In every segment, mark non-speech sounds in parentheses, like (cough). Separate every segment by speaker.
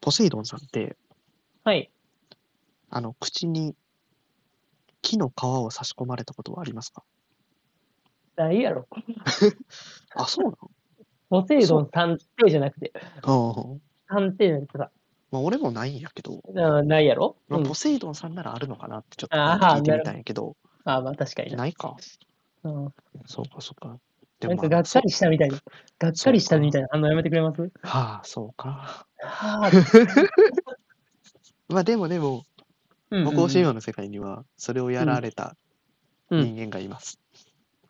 Speaker 1: ポセイドンさんって、
Speaker 2: はい。
Speaker 1: あの、口に木の皮を差し込まれたことはありますか
Speaker 2: ないやろ。
Speaker 1: あ、そうな
Speaker 2: ポセイドン探偵じゃなくて、
Speaker 1: の (laughs) うん。
Speaker 2: 探偵なんてさ、
Speaker 1: まあ、俺もないんやけど、
Speaker 2: なないやろ、
Speaker 1: ま
Speaker 2: う
Speaker 1: あ、
Speaker 2: ん
Speaker 1: ポセイドンさんならあるのかなってちょっと
Speaker 2: あー
Speaker 1: 聞いてみたんやけど、
Speaker 2: ああ、まあ確かにな。
Speaker 1: ないか。
Speaker 2: うん、
Speaker 1: そうか、そうか。で
Speaker 2: なん
Speaker 1: も
Speaker 2: か
Speaker 1: ま
Speaker 2: が
Speaker 1: あ、
Speaker 2: っかりしたみたいな。がっかりしたみたいな。あの、やめてくれます
Speaker 1: はあ、そうか。 (laughs)
Speaker 2: はあ、
Speaker 1: まあ、でもでも、
Speaker 2: うん
Speaker 1: 僕を信用の世界には、それをやられた
Speaker 2: うん
Speaker 1: 人間がいます。
Speaker 2: うん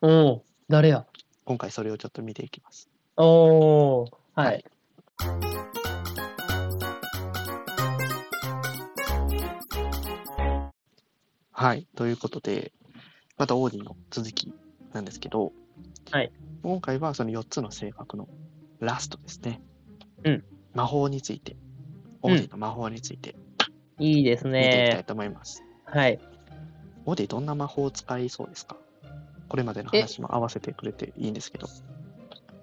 Speaker 2: おう誰や
Speaker 1: 今回それをちょっと見ていきます。
Speaker 2: おー、は
Speaker 1: はいい。はい、ということで、またオーディの続きなんですけど、
Speaker 2: はい、
Speaker 1: 今回はその4つの性格のラストですね。
Speaker 2: うん。
Speaker 1: 魔法について、オーディの魔法について
Speaker 2: いいです
Speaker 1: 見ていきた
Speaker 2: ね
Speaker 1: い。と思います。
Speaker 2: はい。
Speaker 1: オーディどんな魔法を使いそうですかこれまでの話も合わせてくれていいんですけど。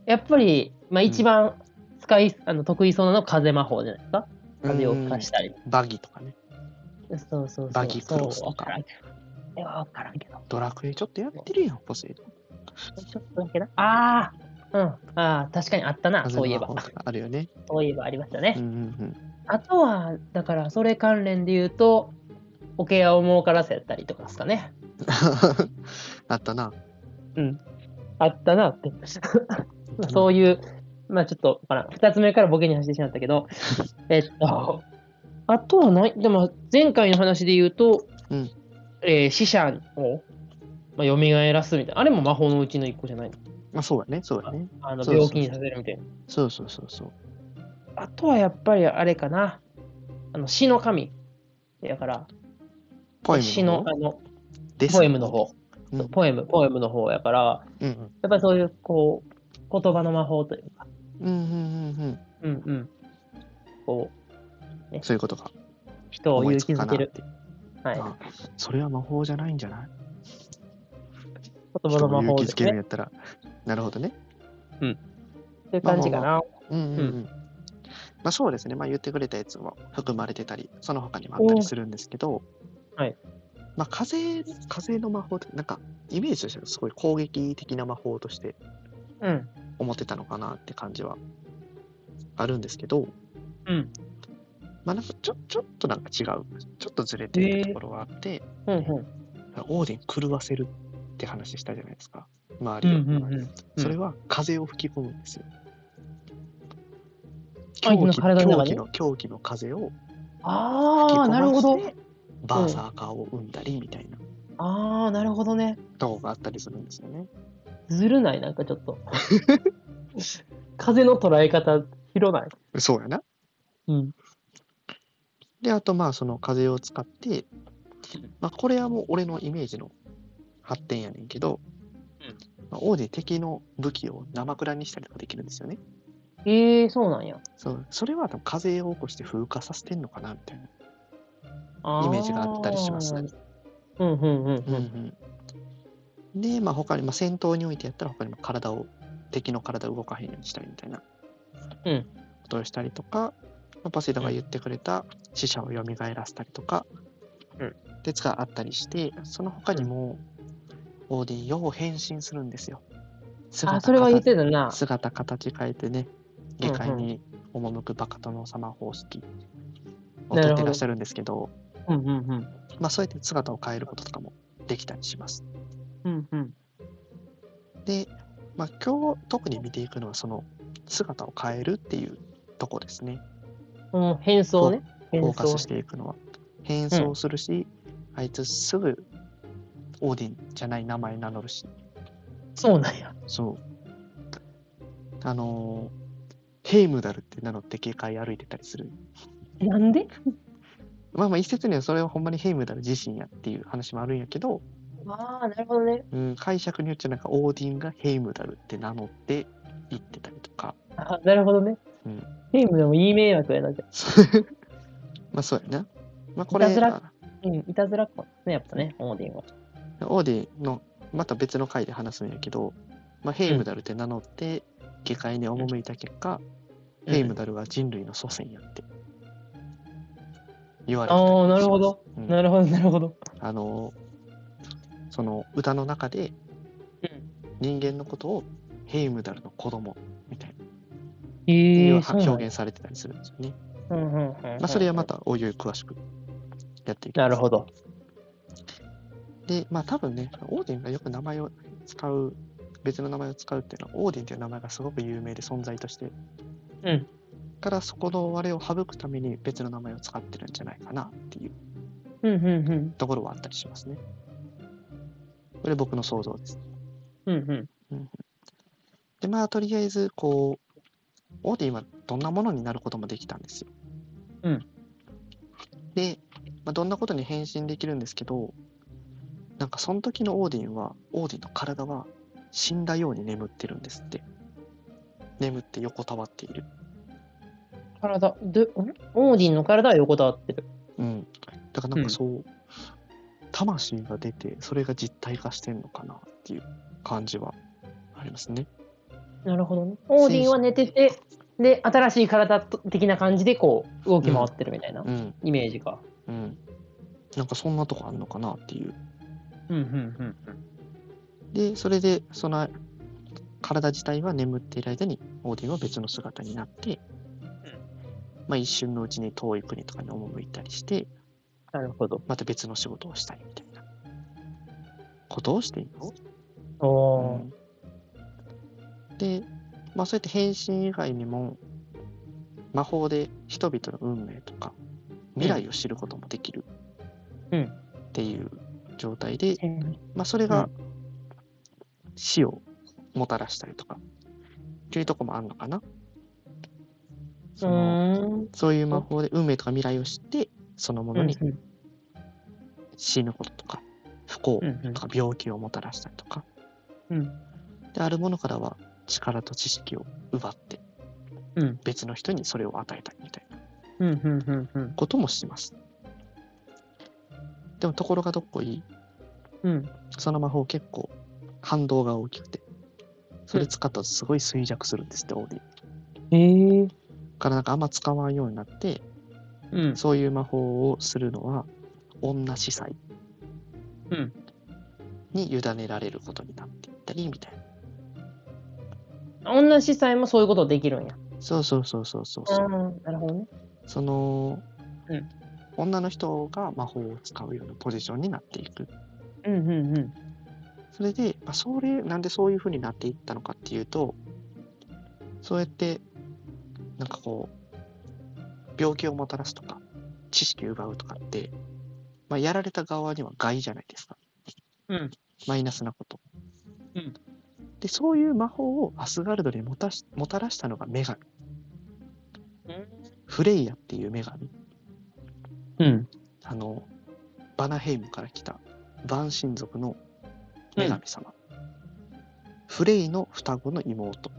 Speaker 2: やっぱり、まあ
Speaker 1: うん
Speaker 2: 一番使い、あの得意そうなのは風魔法じゃないですか。風を吹かしたり。
Speaker 1: うんバギーとかね、
Speaker 2: そうそうそう。
Speaker 1: バギークロス
Speaker 2: そう
Speaker 1: と
Speaker 2: わ
Speaker 1: か
Speaker 2: からんけど。いや、わからんけど。
Speaker 1: ドラクエちょっとやってるやん、ポセイドン。
Speaker 2: ちょっとだけな。ああ、うん。ああ、確かにあったな。そういえば
Speaker 1: 風の。魔法とかあるよね。
Speaker 2: そういえばありましたね。
Speaker 1: うんうん (laughs)
Speaker 2: あとは、だから、それ関連で言うと、おケアを儲からせたりとかですかね。
Speaker 1: うん。あったな。
Speaker 2: うん。あったなって。 (laughs) そういう、まあちょっと、まあ、2つ目からボケに走ってしまったけ
Speaker 1: (laughs)
Speaker 2: ど、えっと、あとはない、でも前回の話で言うと、
Speaker 1: うん
Speaker 2: えー死者を、まあ、蘇らすみたいな、あれも魔法のうちの1個じゃないの
Speaker 1: まあ、そうやね、そうやね。
Speaker 2: あの
Speaker 1: そうそう
Speaker 2: 病気にさせるみたいな。
Speaker 1: そうそうそうそう。
Speaker 2: あとはやっぱりあれかな、あの死の神。だから、
Speaker 1: ポエム
Speaker 2: 死の
Speaker 1: 方
Speaker 2: あの
Speaker 1: です
Speaker 2: ポエムの方、
Speaker 1: うん
Speaker 2: そうポエム、ポエムの方やから、
Speaker 1: うんうん
Speaker 2: やっぱりそういう、こう、言葉の魔法というか、
Speaker 1: うんうんうんうん。
Speaker 2: うんうん。こう
Speaker 1: そういうことか。
Speaker 2: 人を
Speaker 1: 思い
Speaker 2: 勇
Speaker 1: つ
Speaker 2: 気
Speaker 1: くかな
Speaker 2: づけ
Speaker 1: って
Speaker 2: る。はい。
Speaker 1: あそれは魔法じゃないんじゃない
Speaker 2: 言葉
Speaker 1: 人
Speaker 2: の
Speaker 1: を
Speaker 2: 魔法
Speaker 1: 勇気
Speaker 2: で
Speaker 1: づ
Speaker 2: す
Speaker 1: けるん
Speaker 2: ね。
Speaker 1: やったら。なるほどね。
Speaker 2: という感じかな。
Speaker 1: うんうんうん。まあそうですね、まあ、言ってくれたやつも含まれてたり、その他にもあったりするんですけど、
Speaker 2: はい
Speaker 1: まあ、風風の魔法って、なんかイメージとしてはすごい攻撃的な魔法として
Speaker 2: うん。
Speaker 1: 思ってたのかなって感じはあるんですけど、
Speaker 2: うん。
Speaker 1: まあ、なんかちょちょっとなんか違う、ちょっとずれているところがあって、
Speaker 2: うんうん。
Speaker 1: オーディン狂わせるって話したじゃないですか、周
Speaker 2: うん
Speaker 1: りを。
Speaker 2: うんうん。
Speaker 1: それは風を吹き込むんですよ。
Speaker 2: 相手
Speaker 1: 狂
Speaker 2: の
Speaker 1: 気
Speaker 2: 体の
Speaker 1: 狂
Speaker 2: 中に
Speaker 1: 気の狂気の風を吹き
Speaker 2: ああ、
Speaker 1: 込
Speaker 2: なるほ
Speaker 1: ま
Speaker 2: ど
Speaker 1: せ。てバーサーカーを生んだりみたいな
Speaker 2: ああ、なるほどね。
Speaker 1: とこがあったりするんですよね。
Speaker 2: ずるない、なんかちょっと。風の捉え方、広ない。
Speaker 1: そうやな。
Speaker 2: うん。
Speaker 1: であとまあその風を使って、まあ、これはもう俺のイメージの発展やねんけど、まあ、王子敵の武器を生蔵にしたりとかできるんですよね。
Speaker 2: ええー、そうなんや。
Speaker 1: そうそれは多分風を起こして風化させてんのかなみたいな。
Speaker 2: あー
Speaker 1: イメージがあったりします
Speaker 2: うんうんうんうん。
Speaker 1: うんで、まあ、他に、まあ、戦闘においてやったら他にも体を敵の体を動かへんようにしたりみたいな
Speaker 2: うん
Speaker 1: ことをしたりとか、まあ、パセイドが言ってくれた死者を蘇らせたりとか、
Speaker 2: うん
Speaker 1: で使あったりしてその他にもオーディンよう変身するんですよ。
Speaker 2: あ、それは言っ
Speaker 1: 形
Speaker 2: てたな。
Speaker 1: 姿形変えてね下界に赴くバカ殿様方式をとってらっしゃるんですけど
Speaker 2: うんうんうん。
Speaker 1: まあ、そうやって姿を変えることとかもできたりします。
Speaker 2: うんうん。
Speaker 1: で、まあ、今日特に見ていくのはその姿を変えるっていうとこですね
Speaker 2: うん、変装ね。
Speaker 1: フ
Speaker 2: 変
Speaker 1: ォーカ
Speaker 2: 装
Speaker 1: スしていくのは変装するし、あいつすぐオーディンじゃない名前名乗るし
Speaker 2: そうなんや。
Speaker 1: そうあのーヘイムダルって名乗って警戒歩いてたりする
Speaker 2: なんで
Speaker 1: まあまあ一説にはそれはほんまにヘイムダル自身やっていう話もあるんやけど、
Speaker 2: ああ、なるほどね。
Speaker 1: うん、解釈によっちゃなんかオーディンがヘイムダルって名乗って言ってたりとか
Speaker 2: あなるほどね。
Speaker 1: うん
Speaker 2: ゲームでもいい迷惑やなじゃあ
Speaker 1: (laughs) まあそうやな。まあこれ
Speaker 2: いたずら
Speaker 1: は
Speaker 2: うん、いたずらっ子ですね、やっぱね、オーディンは。
Speaker 1: オーディのまた別の回で話すんやけど、まあ、ヘイムダルって名乗って下界に赴いた結果、ヘイムダルは人類の祖先やって言われてたり
Speaker 2: ああ、なるほ
Speaker 1: し
Speaker 2: ど。
Speaker 1: ます。うん
Speaker 2: なるほど、なるほど。
Speaker 1: あのその歌の中で人間のことをヘイムダルの子供みたいなっ
Speaker 2: え
Speaker 1: て
Speaker 2: え
Speaker 1: いう
Speaker 2: ー、そうなんだ
Speaker 1: 表現されてたりするんですよね。
Speaker 2: うんうんうんうん
Speaker 1: まあ、それはまたおいおい詳しくやっていきます。
Speaker 2: なるほど。
Speaker 1: で、まあ多分ね、オーディンがよく名前を使う、別の名前を使うっていうのは、オーディンという名前がすごく有名で存在として、
Speaker 2: うん。
Speaker 1: からそこの我を省くために別の名前を使ってるんじゃないかなっていう
Speaker 2: うんうんうん
Speaker 1: ところはあったりしますね。これ僕の想像です。
Speaker 2: うんうん
Speaker 1: で、まあとりあえず、こう、オーディンはどんなものになることもできたんですよ。
Speaker 2: うん。
Speaker 1: で、まあ、どんなことに変身できるんですけど、なんかその時のオーディンは、オーディンの体は死んだように眠ってるんですって。眠って横たわっている。
Speaker 2: 体でんオーディンの体は横たわってる
Speaker 1: うん。だからなん
Speaker 2: うん
Speaker 1: かそう、魂が出て、それが実体化してんのかなっていう感じはありますね。
Speaker 2: なるほどねオーディンは寝ててで新しい体と的な感じでこう動き回ってるみたいな
Speaker 1: うん。
Speaker 2: イメージが
Speaker 1: うん。なんかそんなとこあるのかなっていう。
Speaker 2: うんうん
Speaker 1: で、それで、その、体自体は眠っている間に、オーディンは別の姿になって、まあ一瞬のうちに遠い国とかに赴いたりして、
Speaker 2: なるほど
Speaker 1: また別の仕事をしたりみたいなことをしています。
Speaker 2: おお
Speaker 1: うんで、まあそうやって変身以外にも、魔法で人々の運命とか、未来を知ることもできる
Speaker 2: うん
Speaker 1: っていう状態で、
Speaker 2: ー
Speaker 1: まあ、それ
Speaker 2: う
Speaker 1: が死をもたらしたりとかっていうとこもあるのかな。その
Speaker 2: うん
Speaker 1: そういう魔法で運命とか未来を知ってそのものに
Speaker 2: うん
Speaker 1: 死ぬこととか不幸
Speaker 2: うん
Speaker 1: とか病気をもたらしたりとか
Speaker 2: うん
Speaker 1: であるものからは力と知識を奪って
Speaker 2: うん
Speaker 1: 別の人にそれを与えたりみたいな
Speaker 2: うんうんうんうん
Speaker 1: こともします。でもところがどっこいい
Speaker 2: うん
Speaker 1: その魔法結構反動が大きくてそれ使ったとすごい衰弱するんですってオーディ
Speaker 2: えー
Speaker 1: からなんかあんま使わんようになって
Speaker 2: うん
Speaker 1: そういう魔法をするのは女司祭
Speaker 2: うん
Speaker 1: に委ねられることになっていったりみたいな
Speaker 2: 女司祭もそういうことできるんや
Speaker 1: そうそうそうそうそう
Speaker 2: あ
Speaker 1: そう
Speaker 2: あなるほどね
Speaker 1: その、
Speaker 2: うん
Speaker 1: 女の人が魔法を使うようなポジションになっていく
Speaker 2: うんうんうん
Speaker 1: それで、まあ、それなんでそういうふうになっていったのかっていうとそうやってなんかこう病気をもたらすとか知識を奪うとかって、まあ、やられた側には害じゃないですか
Speaker 2: うん
Speaker 1: マイナスなこと。
Speaker 2: うん
Speaker 1: で、そういう魔法をアスガルドにもたしもたらしたのが女神。フレイヤっていう女神。
Speaker 2: うん
Speaker 1: あの、バナヘイムから来た万神族の女神様。フレイの双子の妹。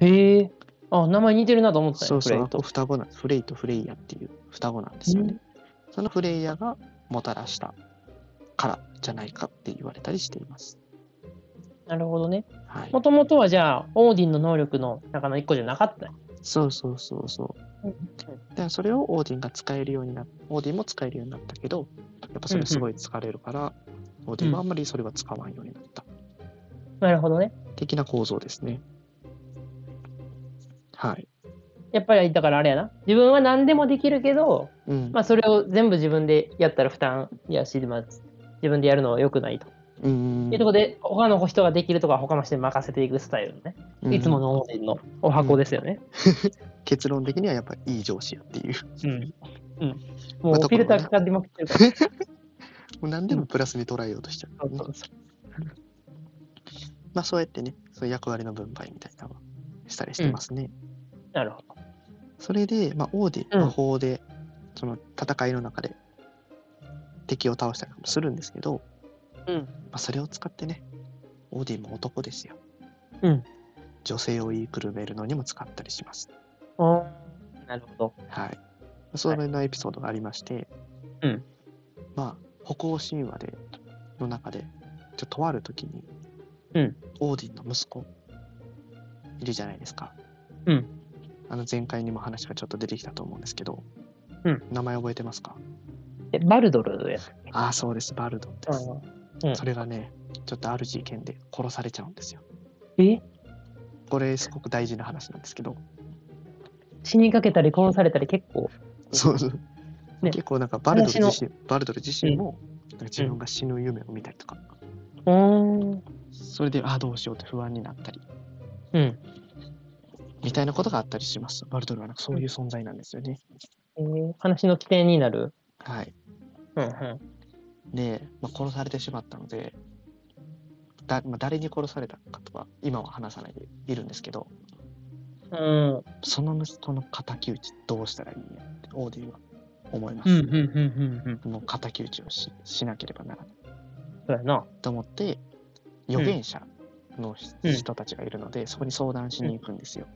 Speaker 2: へえあ名前似てるなと思ってた
Speaker 1: そう
Speaker 2: プ
Speaker 1: そ
Speaker 2: レ
Speaker 1: う
Speaker 2: ー、ト
Speaker 1: 双子なんです。フレイとフレイヤっていう双子なんですよね。そのフレイヤがもたらしたからじゃないかって言われたりしています。
Speaker 2: なるほどね
Speaker 1: はい
Speaker 2: も。ともとはじゃあ、オーディンの能力の中の一個じゃなかった。
Speaker 1: そうそうそうそう。でそれをオーディンが使えるようになっオーディンも使えるようになったけどやっぱそれすごい疲れるから、オーディンはあんまりそれは使わんようになった、
Speaker 2: なるほどね。
Speaker 1: 的な構造ですねはい
Speaker 2: やっぱりだからあれやな。自分は何でもできるけど、
Speaker 1: うん、
Speaker 2: まあそれを全部自分でやったら負担やし、まあ、自分でやるのは良くないと。
Speaker 1: うん
Speaker 2: いうところで、他の人ができるとか、他の人に任せていくスタイルのね。いつも
Speaker 1: の
Speaker 2: のオーディンのお箱ですよね。
Speaker 1: 結論的にはやっぱいい上司やっていう
Speaker 2: うん。うん。
Speaker 1: ま
Speaker 2: も
Speaker 1: あ
Speaker 2: う
Speaker 1: ところがね
Speaker 2: フィルターかかりまくってるから。
Speaker 1: もう何でもプラスに捉えようとしちゃう、
Speaker 2: そうそうそ
Speaker 1: まあそうやってねその役割の分配みたいなのはしたりしてますね、
Speaker 2: う (laughs) なるほど。
Speaker 1: それで、まあ、オーディ
Speaker 2: う
Speaker 1: ン
Speaker 2: ん
Speaker 1: 魔法で、その戦いの中で敵を倒したりもするんですけど、
Speaker 2: うん
Speaker 1: まあ、それを使ってねオーディンも男ですよ、
Speaker 2: うん、
Speaker 1: 女性を言いくるめるのにも使ったりします
Speaker 2: おーなるほど。
Speaker 1: はいそれのエピソードがありまして、
Speaker 2: うん
Speaker 1: まあ歩行神話での中でちょっととある時に、
Speaker 2: うん
Speaker 1: オーディンの息子いるじゃないですか、
Speaker 2: うん
Speaker 1: あの前回にも話がちょっと出てきたと思うんですけど、
Speaker 2: うん
Speaker 1: 名前覚えてますか
Speaker 2: えバルドルのやつ。
Speaker 1: ああ、そうです、バルドンです。
Speaker 2: うん
Speaker 1: それがね、ちょっとある事件で殺されちゃうんですよ。
Speaker 2: え
Speaker 1: これ、すごく大事な話なんですけど、
Speaker 2: 死にかけたり殺されたり結構。
Speaker 1: そうそう。
Speaker 2: ね
Speaker 1: 結構なんかバルド
Speaker 2: 話
Speaker 1: ル
Speaker 2: の
Speaker 1: 自身、バルドル自身も、なんか自分が死ぬ夢を見たりとか、
Speaker 2: うーん。
Speaker 1: それで、ああ、どうしようって不安になったり、
Speaker 2: うん。
Speaker 1: みたいなことがあったりします。バルドルはなんかそういう存在なんですよね。
Speaker 2: えー話の起点になる。
Speaker 1: はい。
Speaker 2: うんう
Speaker 1: で、まあ、殺されてしまったので、だまあ、誰に殺されたかとは今は話さないでいるんですけど、
Speaker 2: ん。うん。
Speaker 1: その息子の敵討ちどうしたらいいんやってオーディは思いま
Speaker 2: う
Speaker 1: す。
Speaker 2: んうんうんうんうん。
Speaker 1: もう敵討ちをししなければならない
Speaker 2: そうやな。
Speaker 1: と思って、預言者のひ、
Speaker 2: うん
Speaker 1: 人たちがいるので、そこに相談しに行くんですよ。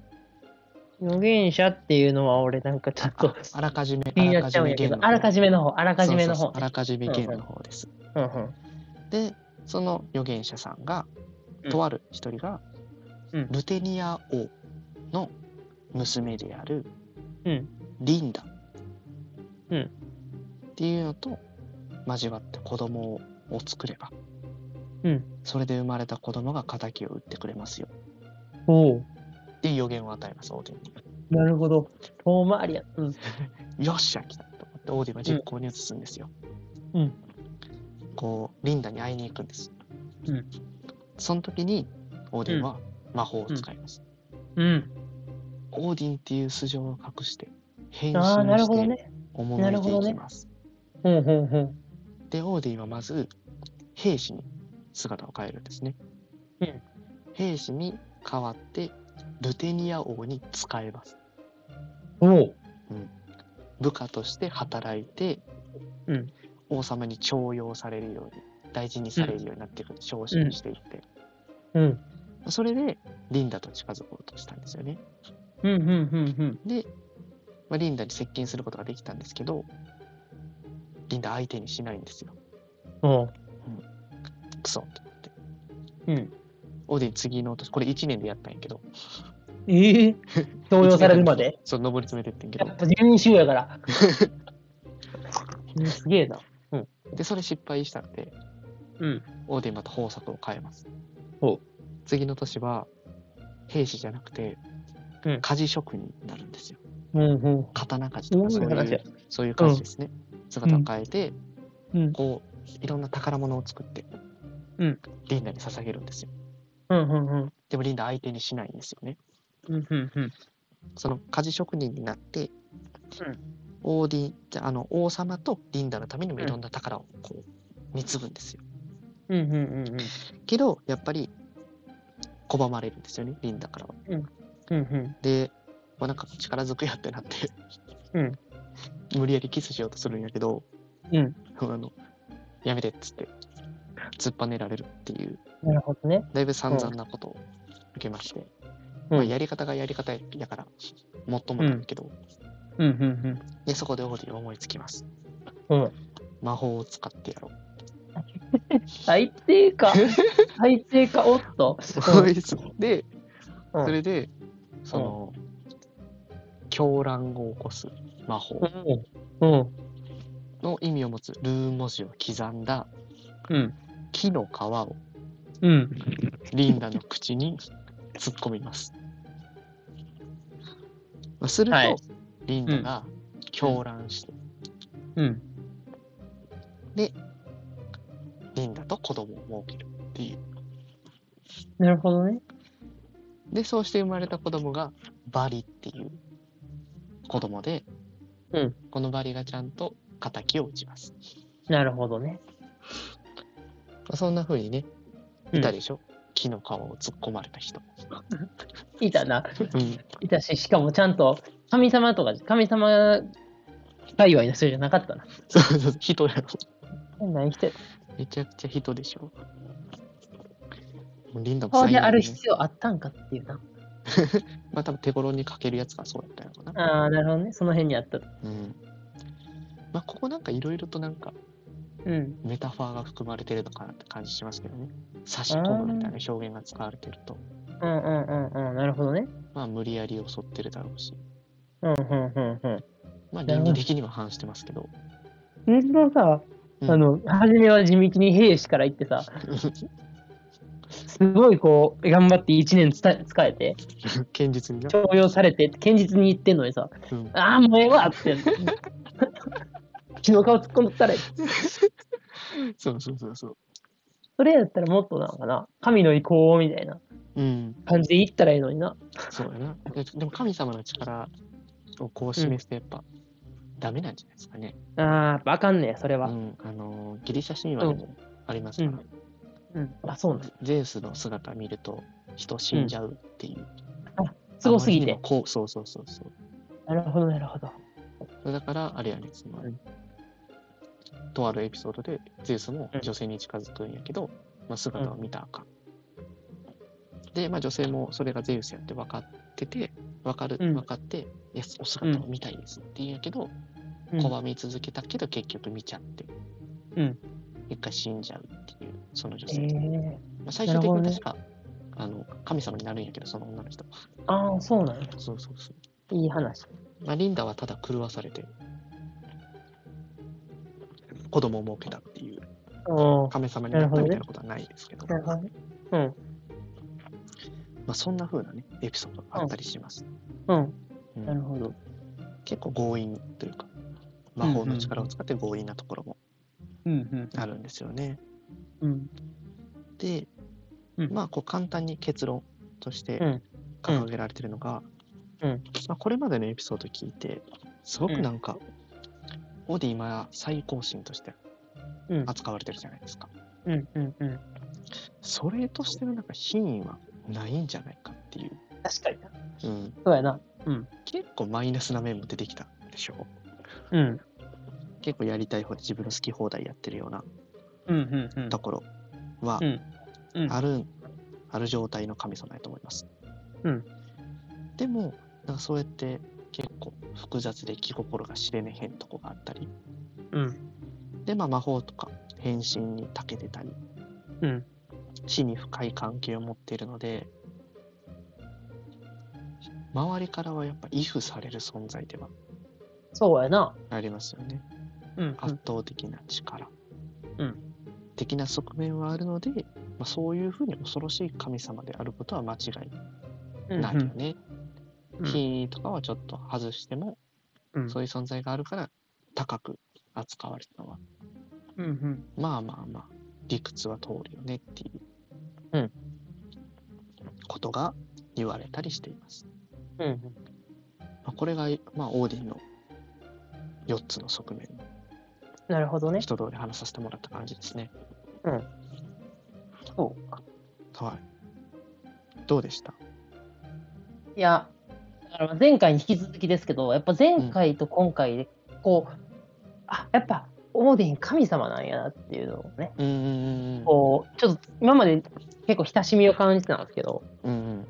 Speaker 2: 預言者っていうのは俺なんかちょっと
Speaker 1: ああらかじめ、
Speaker 2: 気になっちゃうんやけど、あらかじめの方、あらかじめの
Speaker 1: そうそう
Speaker 2: 方
Speaker 1: そうあ。らかじめ
Speaker 2: うんうん
Speaker 1: ゲームの方です。
Speaker 2: うんうん。
Speaker 1: でその預言者さんが、
Speaker 2: うん
Speaker 1: とある一人が、
Speaker 2: うん
Speaker 1: ルテニア王の娘である、
Speaker 2: うん
Speaker 1: リンダ、
Speaker 2: うん
Speaker 1: っていうのと交わって子供を作れば、
Speaker 2: うん
Speaker 1: それで生まれた子供が敵を打ってくれますよ
Speaker 2: おお。
Speaker 1: っていう予言を与えますオーディン
Speaker 2: なるほど。遠回りや。うん。
Speaker 1: に。よっしゃ来たと思ってオーディンは実行に移すんですよ。
Speaker 2: うん
Speaker 1: こうリンダに会いに行くんです。
Speaker 2: うん
Speaker 1: その時にオーディンは魔法を使います。
Speaker 2: うん。
Speaker 1: オーディンっていう素性を隠して変身
Speaker 2: ああ、なる
Speaker 1: し
Speaker 2: ほど
Speaker 1: て
Speaker 2: ね。なるほ
Speaker 1: 赴
Speaker 2: ど
Speaker 1: いて
Speaker 2: ね
Speaker 1: いきます、
Speaker 2: うんうんうん。
Speaker 1: でオーディンはまず兵士に姿を変えるんですね、
Speaker 2: うん
Speaker 1: 兵士に代わってルテニア王に仕えます
Speaker 2: おお。
Speaker 1: 部下として働いて、
Speaker 2: うん
Speaker 1: 王様に重用されるように大事にされるようになっていく、昇進していって、
Speaker 2: うん。
Speaker 1: それでリンダと近づこうとしたんですよね
Speaker 2: うんうんうん
Speaker 1: で、まあ、リンダに接近することができたんですけど、リンダ相手にしないんですよ。
Speaker 2: うん。おう。
Speaker 1: クソと思って。
Speaker 2: うん。
Speaker 1: オーディン次の年、これ1年でやったんやけど。
Speaker 2: え (laughs) え強要されるまで。
Speaker 1: そう、上り詰めてってんけ
Speaker 2: や
Speaker 1: ど
Speaker 2: っ。ぱ12週やから。 (laughs) うんすげえな。
Speaker 1: で、それ失敗したんで、
Speaker 2: うん。
Speaker 1: オーディンまた方策を変えます。
Speaker 2: ほう
Speaker 1: 次の年は、兵士じゃなくて
Speaker 2: うん、
Speaker 1: 鍛冶職人になるんですよ。
Speaker 2: うんうん。
Speaker 1: 刀鍛冶とかそう
Speaker 2: すごい話
Speaker 1: い
Speaker 2: や
Speaker 1: う、そういう感じですね。姿を変えて、
Speaker 2: うん
Speaker 1: こう、いろんな宝物を作って、
Speaker 2: うん
Speaker 1: リンダに捧げるんですよ。
Speaker 2: うんうんうん。
Speaker 1: でもリンダ相手にしないんですよね。
Speaker 2: うんうんうん。
Speaker 1: その鍛冶職人になって、オーディじゃあの王様とリンダのためにも
Speaker 2: うん
Speaker 1: いろんな宝をこう貢ぐんですよ。
Speaker 2: うんうんうんうん。
Speaker 1: けどやっぱり拒まれるんですよねリンダからは。
Speaker 2: うんうん。
Speaker 1: で、まあ、なんか力ずくやってなって、
Speaker 2: うん
Speaker 1: 無理やりキスしようとするんやけど、
Speaker 2: うん
Speaker 1: あのやめてっつって突っぱねられるっていう
Speaker 2: なるほどね。
Speaker 1: だいぶ散々なことを受けまして、まあ、やり方がやり方やからもっともなんだけど、
Speaker 2: うんうん
Speaker 1: でそこでオーディは思いつきます。
Speaker 2: うん。うん。
Speaker 1: 魔法を使ってやろう。
Speaker 2: 最低 (laughs) か。最低か。おっと。
Speaker 1: (laughs) で、
Speaker 2: うん
Speaker 1: それで、その、狂乱を起こす魔法
Speaker 2: うん。うん。
Speaker 1: の意味を持つルーン文字を刻んだ
Speaker 2: うん。
Speaker 1: 木の皮を
Speaker 2: うん。
Speaker 1: リンダの口に突っ込みます。まあ (laughs) すると、
Speaker 2: はい
Speaker 1: リンダが狂乱して、
Speaker 2: うん。
Speaker 1: リンダと子供を設けるっていう。
Speaker 2: なるほどね。
Speaker 1: で、そうして生まれた子供がバリっていう子供で、
Speaker 2: うん
Speaker 1: このバリがちゃんと敵を打ちます。
Speaker 2: なるほどね。
Speaker 1: まあそんな風にね、
Speaker 2: うん
Speaker 1: いたでしょ、木の皮を突っ込まれた人。
Speaker 2: いたな。
Speaker 1: (laughs) うん、
Speaker 2: いたし、しかもちゃんと神様とか、神様界隈の人じゃなかったな。
Speaker 1: そうそう人やろ。
Speaker 2: 変な人や。
Speaker 1: めちゃくちゃ人でしょ。もうリンダも
Speaker 2: 顔
Speaker 1: 最
Speaker 2: で
Speaker 1: 悪
Speaker 2: ある
Speaker 1: ね
Speaker 2: 必要あったんかっていうな。
Speaker 1: まあ多分手頃にかけるやつがそうやったやろうな。
Speaker 2: ああ、なるほどね。その辺にあった。
Speaker 1: うん。まあここなんかいろいろとなんか
Speaker 2: うん。
Speaker 1: メタファーが含まれてるのかなって感じしますけどね。差し込むみたいな表現が使われてると、
Speaker 2: うんうんうんうん。なるほどね。
Speaker 1: まあ無理やり襲ってるだろうし、
Speaker 2: うんうんうんうん。
Speaker 1: まあ、
Speaker 2: なる
Speaker 1: 倫
Speaker 2: ほど
Speaker 1: 理的には反してますけど。 (laughs)
Speaker 2: 本当のさ、
Speaker 1: うん
Speaker 2: あの、初めは地道に兵士から行って (laughs) さ、すごいこう、頑張って1年つた使えて、
Speaker 1: 堅実にな。
Speaker 2: 徴用されて、堅実に行ってんのにさ、
Speaker 1: うん
Speaker 2: ああ、もうええわ (laughs) って、血の顔突っ込んでったら、
Speaker 1: そうそうそうそう。
Speaker 2: それやったらもっとなんかな、神の意向みたいな
Speaker 1: うん、
Speaker 2: 感じで行ったらいいのにな。
Speaker 1: そうやな。ででも神様の力をこう示すとやっぱ、ダメなんじゃないですかね。
Speaker 2: ああ、やっぱあかんねえ、それ
Speaker 1: う
Speaker 2: は。
Speaker 1: ん、あのーギリシャ神話でもありますから、
Speaker 2: うんうん、あ、そうなん
Speaker 1: ゼウスの姿見ると人死んじゃうっていう。
Speaker 2: すごすぎ
Speaker 1: あまりに
Speaker 2: て
Speaker 1: も。こうそうそうそうそう。
Speaker 2: なるほど、なるほど。
Speaker 1: だから、あれやね、その、
Speaker 2: うん
Speaker 1: とあるエピソードで、ゼウスも
Speaker 2: うん
Speaker 1: 女性に近づくんやけど、まあ、姿を見たらあかん。で、まあ、女性もそれがゼウスやって分かってて、分かる、
Speaker 2: うん
Speaker 1: 分かって、いや、お姿を見たいですって言うんやけど、
Speaker 2: うん
Speaker 1: 拒み続けたけど、結局見ちゃって、
Speaker 2: うん
Speaker 1: 一回死んじゃうっていう、その女
Speaker 2: え
Speaker 1: 性。
Speaker 2: ー、
Speaker 1: まあ、最終的
Speaker 2: なるほど
Speaker 1: に
Speaker 2: ね
Speaker 1: 確か、あの、神様になるんやけど、その女の人。
Speaker 2: ああ、そうなんや
Speaker 1: そうそうそう。
Speaker 2: いい話。
Speaker 1: まあ、リンダはただ狂わされて、子供を設けたっていう、
Speaker 2: おお。
Speaker 1: 亀様になったみたいなことはないですけど、
Speaker 2: なるほどね。うん。
Speaker 1: まあ、そんな風なね、エピソードがあったりします。
Speaker 2: うん。
Speaker 1: うん
Speaker 2: なるほど。
Speaker 1: 結構強引というか、魔法の力を使って強引なところも
Speaker 2: うん
Speaker 1: あるんですよね。
Speaker 2: うん。うん。
Speaker 1: で、
Speaker 2: うん
Speaker 1: まあ、こう簡単に結論として
Speaker 2: うん
Speaker 1: 掲げられてるのが、
Speaker 2: うん
Speaker 1: まあ、これまでのエピソード聞いて、すごくなんか、オディ今最高神として
Speaker 2: うん。
Speaker 1: 扱われてるじゃないですか。
Speaker 2: うん。うん。うん。
Speaker 1: それとしてのなんか品位はないんじゃないかっていう、
Speaker 2: 確かに。
Speaker 1: うん、
Speaker 2: そうやな。
Speaker 1: 結構マイナスな面も出てきたでしょ
Speaker 2: うん。
Speaker 1: 結構やりたい方で自分の好き放題やってるような
Speaker 2: うん。うん。うん
Speaker 1: と。ころは
Speaker 2: うんうん
Speaker 1: ある、ある状態の神様やと思います、
Speaker 2: うん、
Speaker 1: でもなんかそうやって結構複雑で気心が知れねへんとこがあったり
Speaker 2: うん。
Speaker 1: でまあ魔法とか変身に長けてたり
Speaker 2: うん。
Speaker 1: 死に深い関係を持っているので周りからはやっぱ依附される存在では
Speaker 2: そうやな。
Speaker 1: ありますよね
Speaker 2: うん。
Speaker 1: 圧倒的な力、
Speaker 2: うん
Speaker 1: 的な側面はあるので、まあ、そういうふうに恐ろしい神様であることは間違
Speaker 2: う
Speaker 1: い
Speaker 2: ん。
Speaker 1: ないよね。
Speaker 2: うん
Speaker 1: 品位とかはちょっと外しても、
Speaker 2: うん。
Speaker 1: そういう存在があるから高く扱われたのは
Speaker 2: うん。うん。
Speaker 1: まあまあまあ理屈は通るよねっていう、
Speaker 2: うん
Speaker 1: ことが言われたりしています。
Speaker 2: うん。
Speaker 1: まあ、これが、まあ、オーディンの4つの側面
Speaker 2: なるほどね。
Speaker 1: 一通り話させてもらった感じですね。
Speaker 2: そうか。
Speaker 1: はい。どうでした
Speaker 2: いや、だから前回に引き続きですけど、やっぱ前回と今回で、こう、あ、やっぱ、オーディン神様なんやなっていうのをね、
Speaker 1: うんうん
Speaker 2: こう、ちょっと今まで結構親しみを感じてたんですけど、
Speaker 1: うんうん。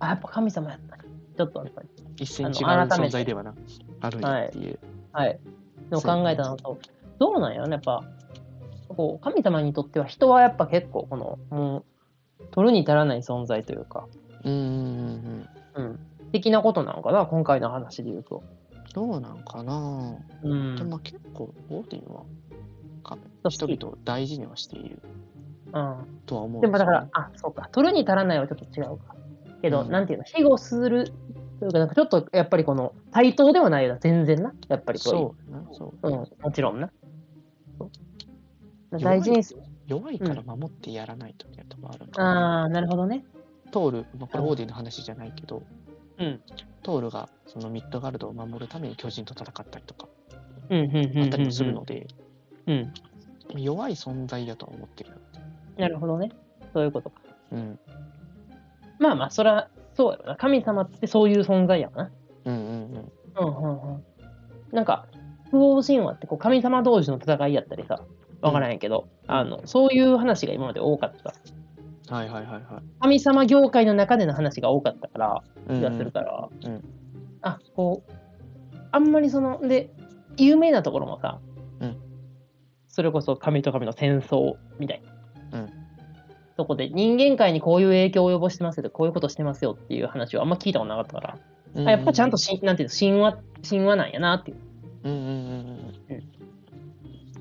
Speaker 2: あ、やっぱ神様やったなちょっとやっぱり、
Speaker 1: 一線違う
Speaker 2: あの改めて
Speaker 1: 存在ではな、あるんやっていう。
Speaker 2: はい、のを考えたのと、どうなんやろね、やっぱ、こう、神様にとっては人はやっぱ結構、この、もう、取るに足らない存在というか、
Speaker 1: うんうんうんうん。
Speaker 2: うん、的なことなのかな、今回の話で言うと。
Speaker 1: どうなんかな、
Speaker 2: う
Speaker 1: でも
Speaker 2: ん。
Speaker 1: まあ結構、オーディンはか
Speaker 2: 好き
Speaker 1: 人々を大事にはしている
Speaker 2: うん、
Speaker 1: とは思うん
Speaker 2: で
Speaker 1: よ
Speaker 2: すもだから、あ、そうか、取るに足らないはちょっと違うか。けど、
Speaker 1: うん
Speaker 2: なんていうの、庇護するというか、なんかちょっとやっぱりこの、対等ではないよな、全然な、やっぱりこういう
Speaker 1: そうやなそう、
Speaker 2: うん、もちろんな。
Speaker 1: 弱い
Speaker 2: 大事にす
Speaker 1: 弱いから守ってやらないとみたいなとこあるんだ
Speaker 2: ああ、なるほどね。
Speaker 1: トール、まあ、これオーディンの話じゃないけど、
Speaker 2: うん。
Speaker 1: トールがそのミッドガルドを守るために巨人と戦ったりとか
Speaker 2: うん、うん、うんうん。
Speaker 1: あったりもするので、
Speaker 2: うん。
Speaker 1: 弱い存在だとは思ってる。
Speaker 2: なるほどね。そういうことか。
Speaker 1: うん。
Speaker 2: まあまあ、そら、そうやろな。神様ってそういう存在やわな。
Speaker 1: うんうんうん。
Speaker 2: うん、うん、うん。なんか、不法神話ってこう神様同士の戦いやったりさ、わからんやけど、あの、そういう話が今まで多かった。
Speaker 1: はいはいはいは
Speaker 2: 神様業界の中での話が多かったから、
Speaker 1: い。
Speaker 2: 気がするから、
Speaker 1: うんうん
Speaker 2: あこうあんまりそので有名なところもさ、
Speaker 1: うん
Speaker 2: それこそ神と神の戦争みたいな、
Speaker 1: うん
Speaker 2: そこで人間界にこういう影響を及ぼしてますよこういうことしてますよっていう話をあんま聞いたことなかったから、
Speaker 1: うんうん
Speaker 2: あやっぱちゃんとしなんていうの神話神話なんやなってい
Speaker 1: うんうんうんうん。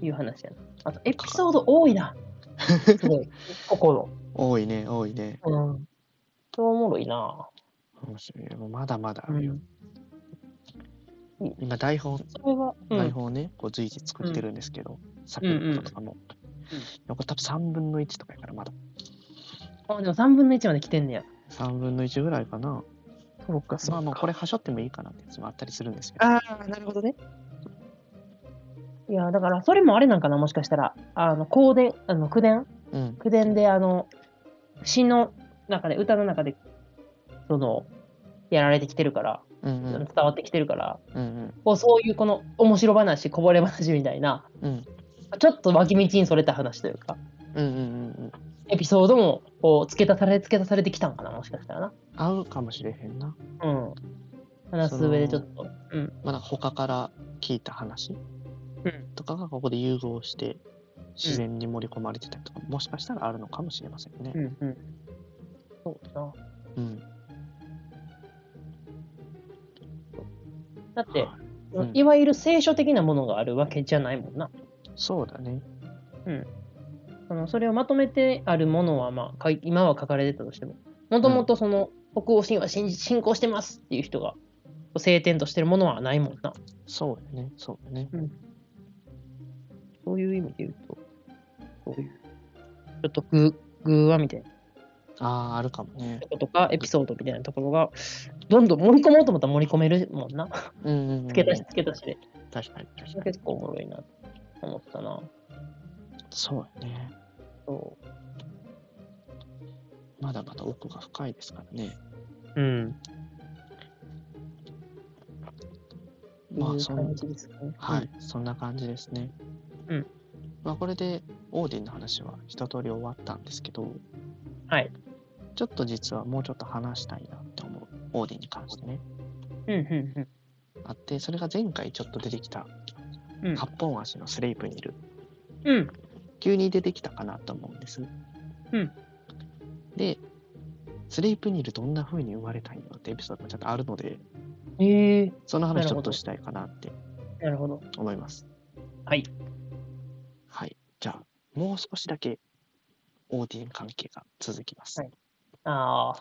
Speaker 2: ういう話やな。あと、エピソード多い
Speaker 1: (laughs)
Speaker 2: な。すごい。心。
Speaker 1: 多いね、多いね。
Speaker 2: うん。超おもろいな。
Speaker 1: 面白いねもうまだまだあ
Speaker 2: う
Speaker 1: るよ。
Speaker 2: ん。
Speaker 1: 今、台本、
Speaker 2: それは、う
Speaker 1: 台
Speaker 2: ん。
Speaker 1: 本をね、こう随時作ってるんですけど、作
Speaker 2: うんう
Speaker 1: 品
Speaker 2: ん
Speaker 1: とかも。これ多分3分の1とかやから、まだ。
Speaker 2: あ、でも3分の1まで来てんねや。
Speaker 1: 3分の1ぐらいかな。
Speaker 2: そうか、
Speaker 1: まあもうこ
Speaker 2: れ。
Speaker 1: れはしょってもいいかなってやつもあったりするんですけど。
Speaker 2: ああ、なるほどね。いや、だから、それもあれなんかな、もしかしたら。あの、香典、あの、口伝
Speaker 1: うん。
Speaker 2: 口伝で、あの、詩の中で、歌の中で、その、やられてきてるから、
Speaker 1: うんうん
Speaker 2: 伝わってきてるから、
Speaker 1: うん
Speaker 2: こうそういうこの面白話、こぼれ話みたいな、
Speaker 1: うんうん
Speaker 2: ちょっと脇道にそれた話というか、
Speaker 1: うんうんうん。
Speaker 2: エピソードもこう付け足され付け足されてきたんかな、もしかしたらな。
Speaker 1: 合うかもしれへんな。
Speaker 2: うん。話す上でちょっと。うん。
Speaker 1: まあなんか他から聞いた話
Speaker 2: うん
Speaker 1: とかがここで融合して自然に盛り込まれてたりとか、もしかしたらあるのかもしれませんね
Speaker 2: う。ん。うん。そうだな。
Speaker 1: うん。
Speaker 2: だって、
Speaker 1: はいうん
Speaker 2: いわゆる聖書的なものがあるわけじゃないもんな。
Speaker 1: そうだね。
Speaker 2: そのそれをまとめてあるものは、まあかい、今は書かれてたとしても、もともとその、北欧神話信じ信仰してますっていう人が、こう聖典としてるものはないもんな。
Speaker 1: そうだね。そうだね。
Speaker 2: そういう意味で言うと、こういう、ちょっと偶偶話みたいな
Speaker 1: ああ、あるかもね。
Speaker 2: とことか、エピソードみたいなところが、どんどん盛り込もうと思ったら盛り込めるもんな。
Speaker 1: うんうん、うん。
Speaker 2: 付け足し、付け足しで。
Speaker 1: 確かに確かに。
Speaker 2: 結構おもろいなと思ったな。
Speaker 1: そうだね。
Speaker 2: そう
Speaker 1: まだまだ奥が深いですからね。
Speaker 2: うん。
Speaker 1: まあ
Speaker 2: いう
Speaker 1: そん
Speaker 2: 感じですかね。
Speaker 1: はい、。そんな感じですね。
Speaker 2: うん。
Speaker 1: まあこれでオーディンの話は一通り終わったんですけど、
Speaker 2: はい。
Speaker 1: ちょっと実はもうちょっと話したいなって思う。オーディンに関してね。
Speaker 2: うんうん
Speaker 1: あって、それが前回ちょっと出てきた、
Speaker 2: うん。うん
Speaker 1: 八本足のスレイプにいる。
Speaker 2: うん。
Speaker 1: 急に出てきたかなと思うんです。
Speaker 2: うん。
Speaker 1: で、スレイプニルどんな風に生まれたんよってエピソードもちゃんとあるので、
Speaker 2: ええ
Speaker 1: その話ちょっ
Speaker 2: なる
Speaker 1: と
Speaker 2: ほど
Speaker 1: したいかなって
Speaker 2: なるほど。
Speaker 1: 思います。
Speaker 2: はい。
Speaker 1: はい。じゃあ、もう少しだけオーディエン関係が続きます。
Speaker 2: はいあ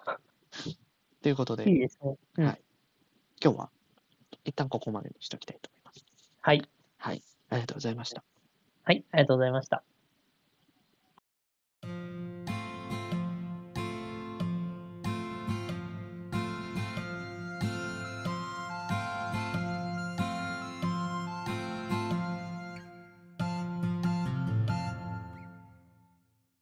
Speaker 1: ということで
Speaker 2: あ、い、いですね。うん
Speaker 1: はい今日は一旦ここまでにしときたいと思います。
Speaker 2: はい。
Speaker 1: はい。ありがとうございました。
Speaker 2: はい。ありがとうございました。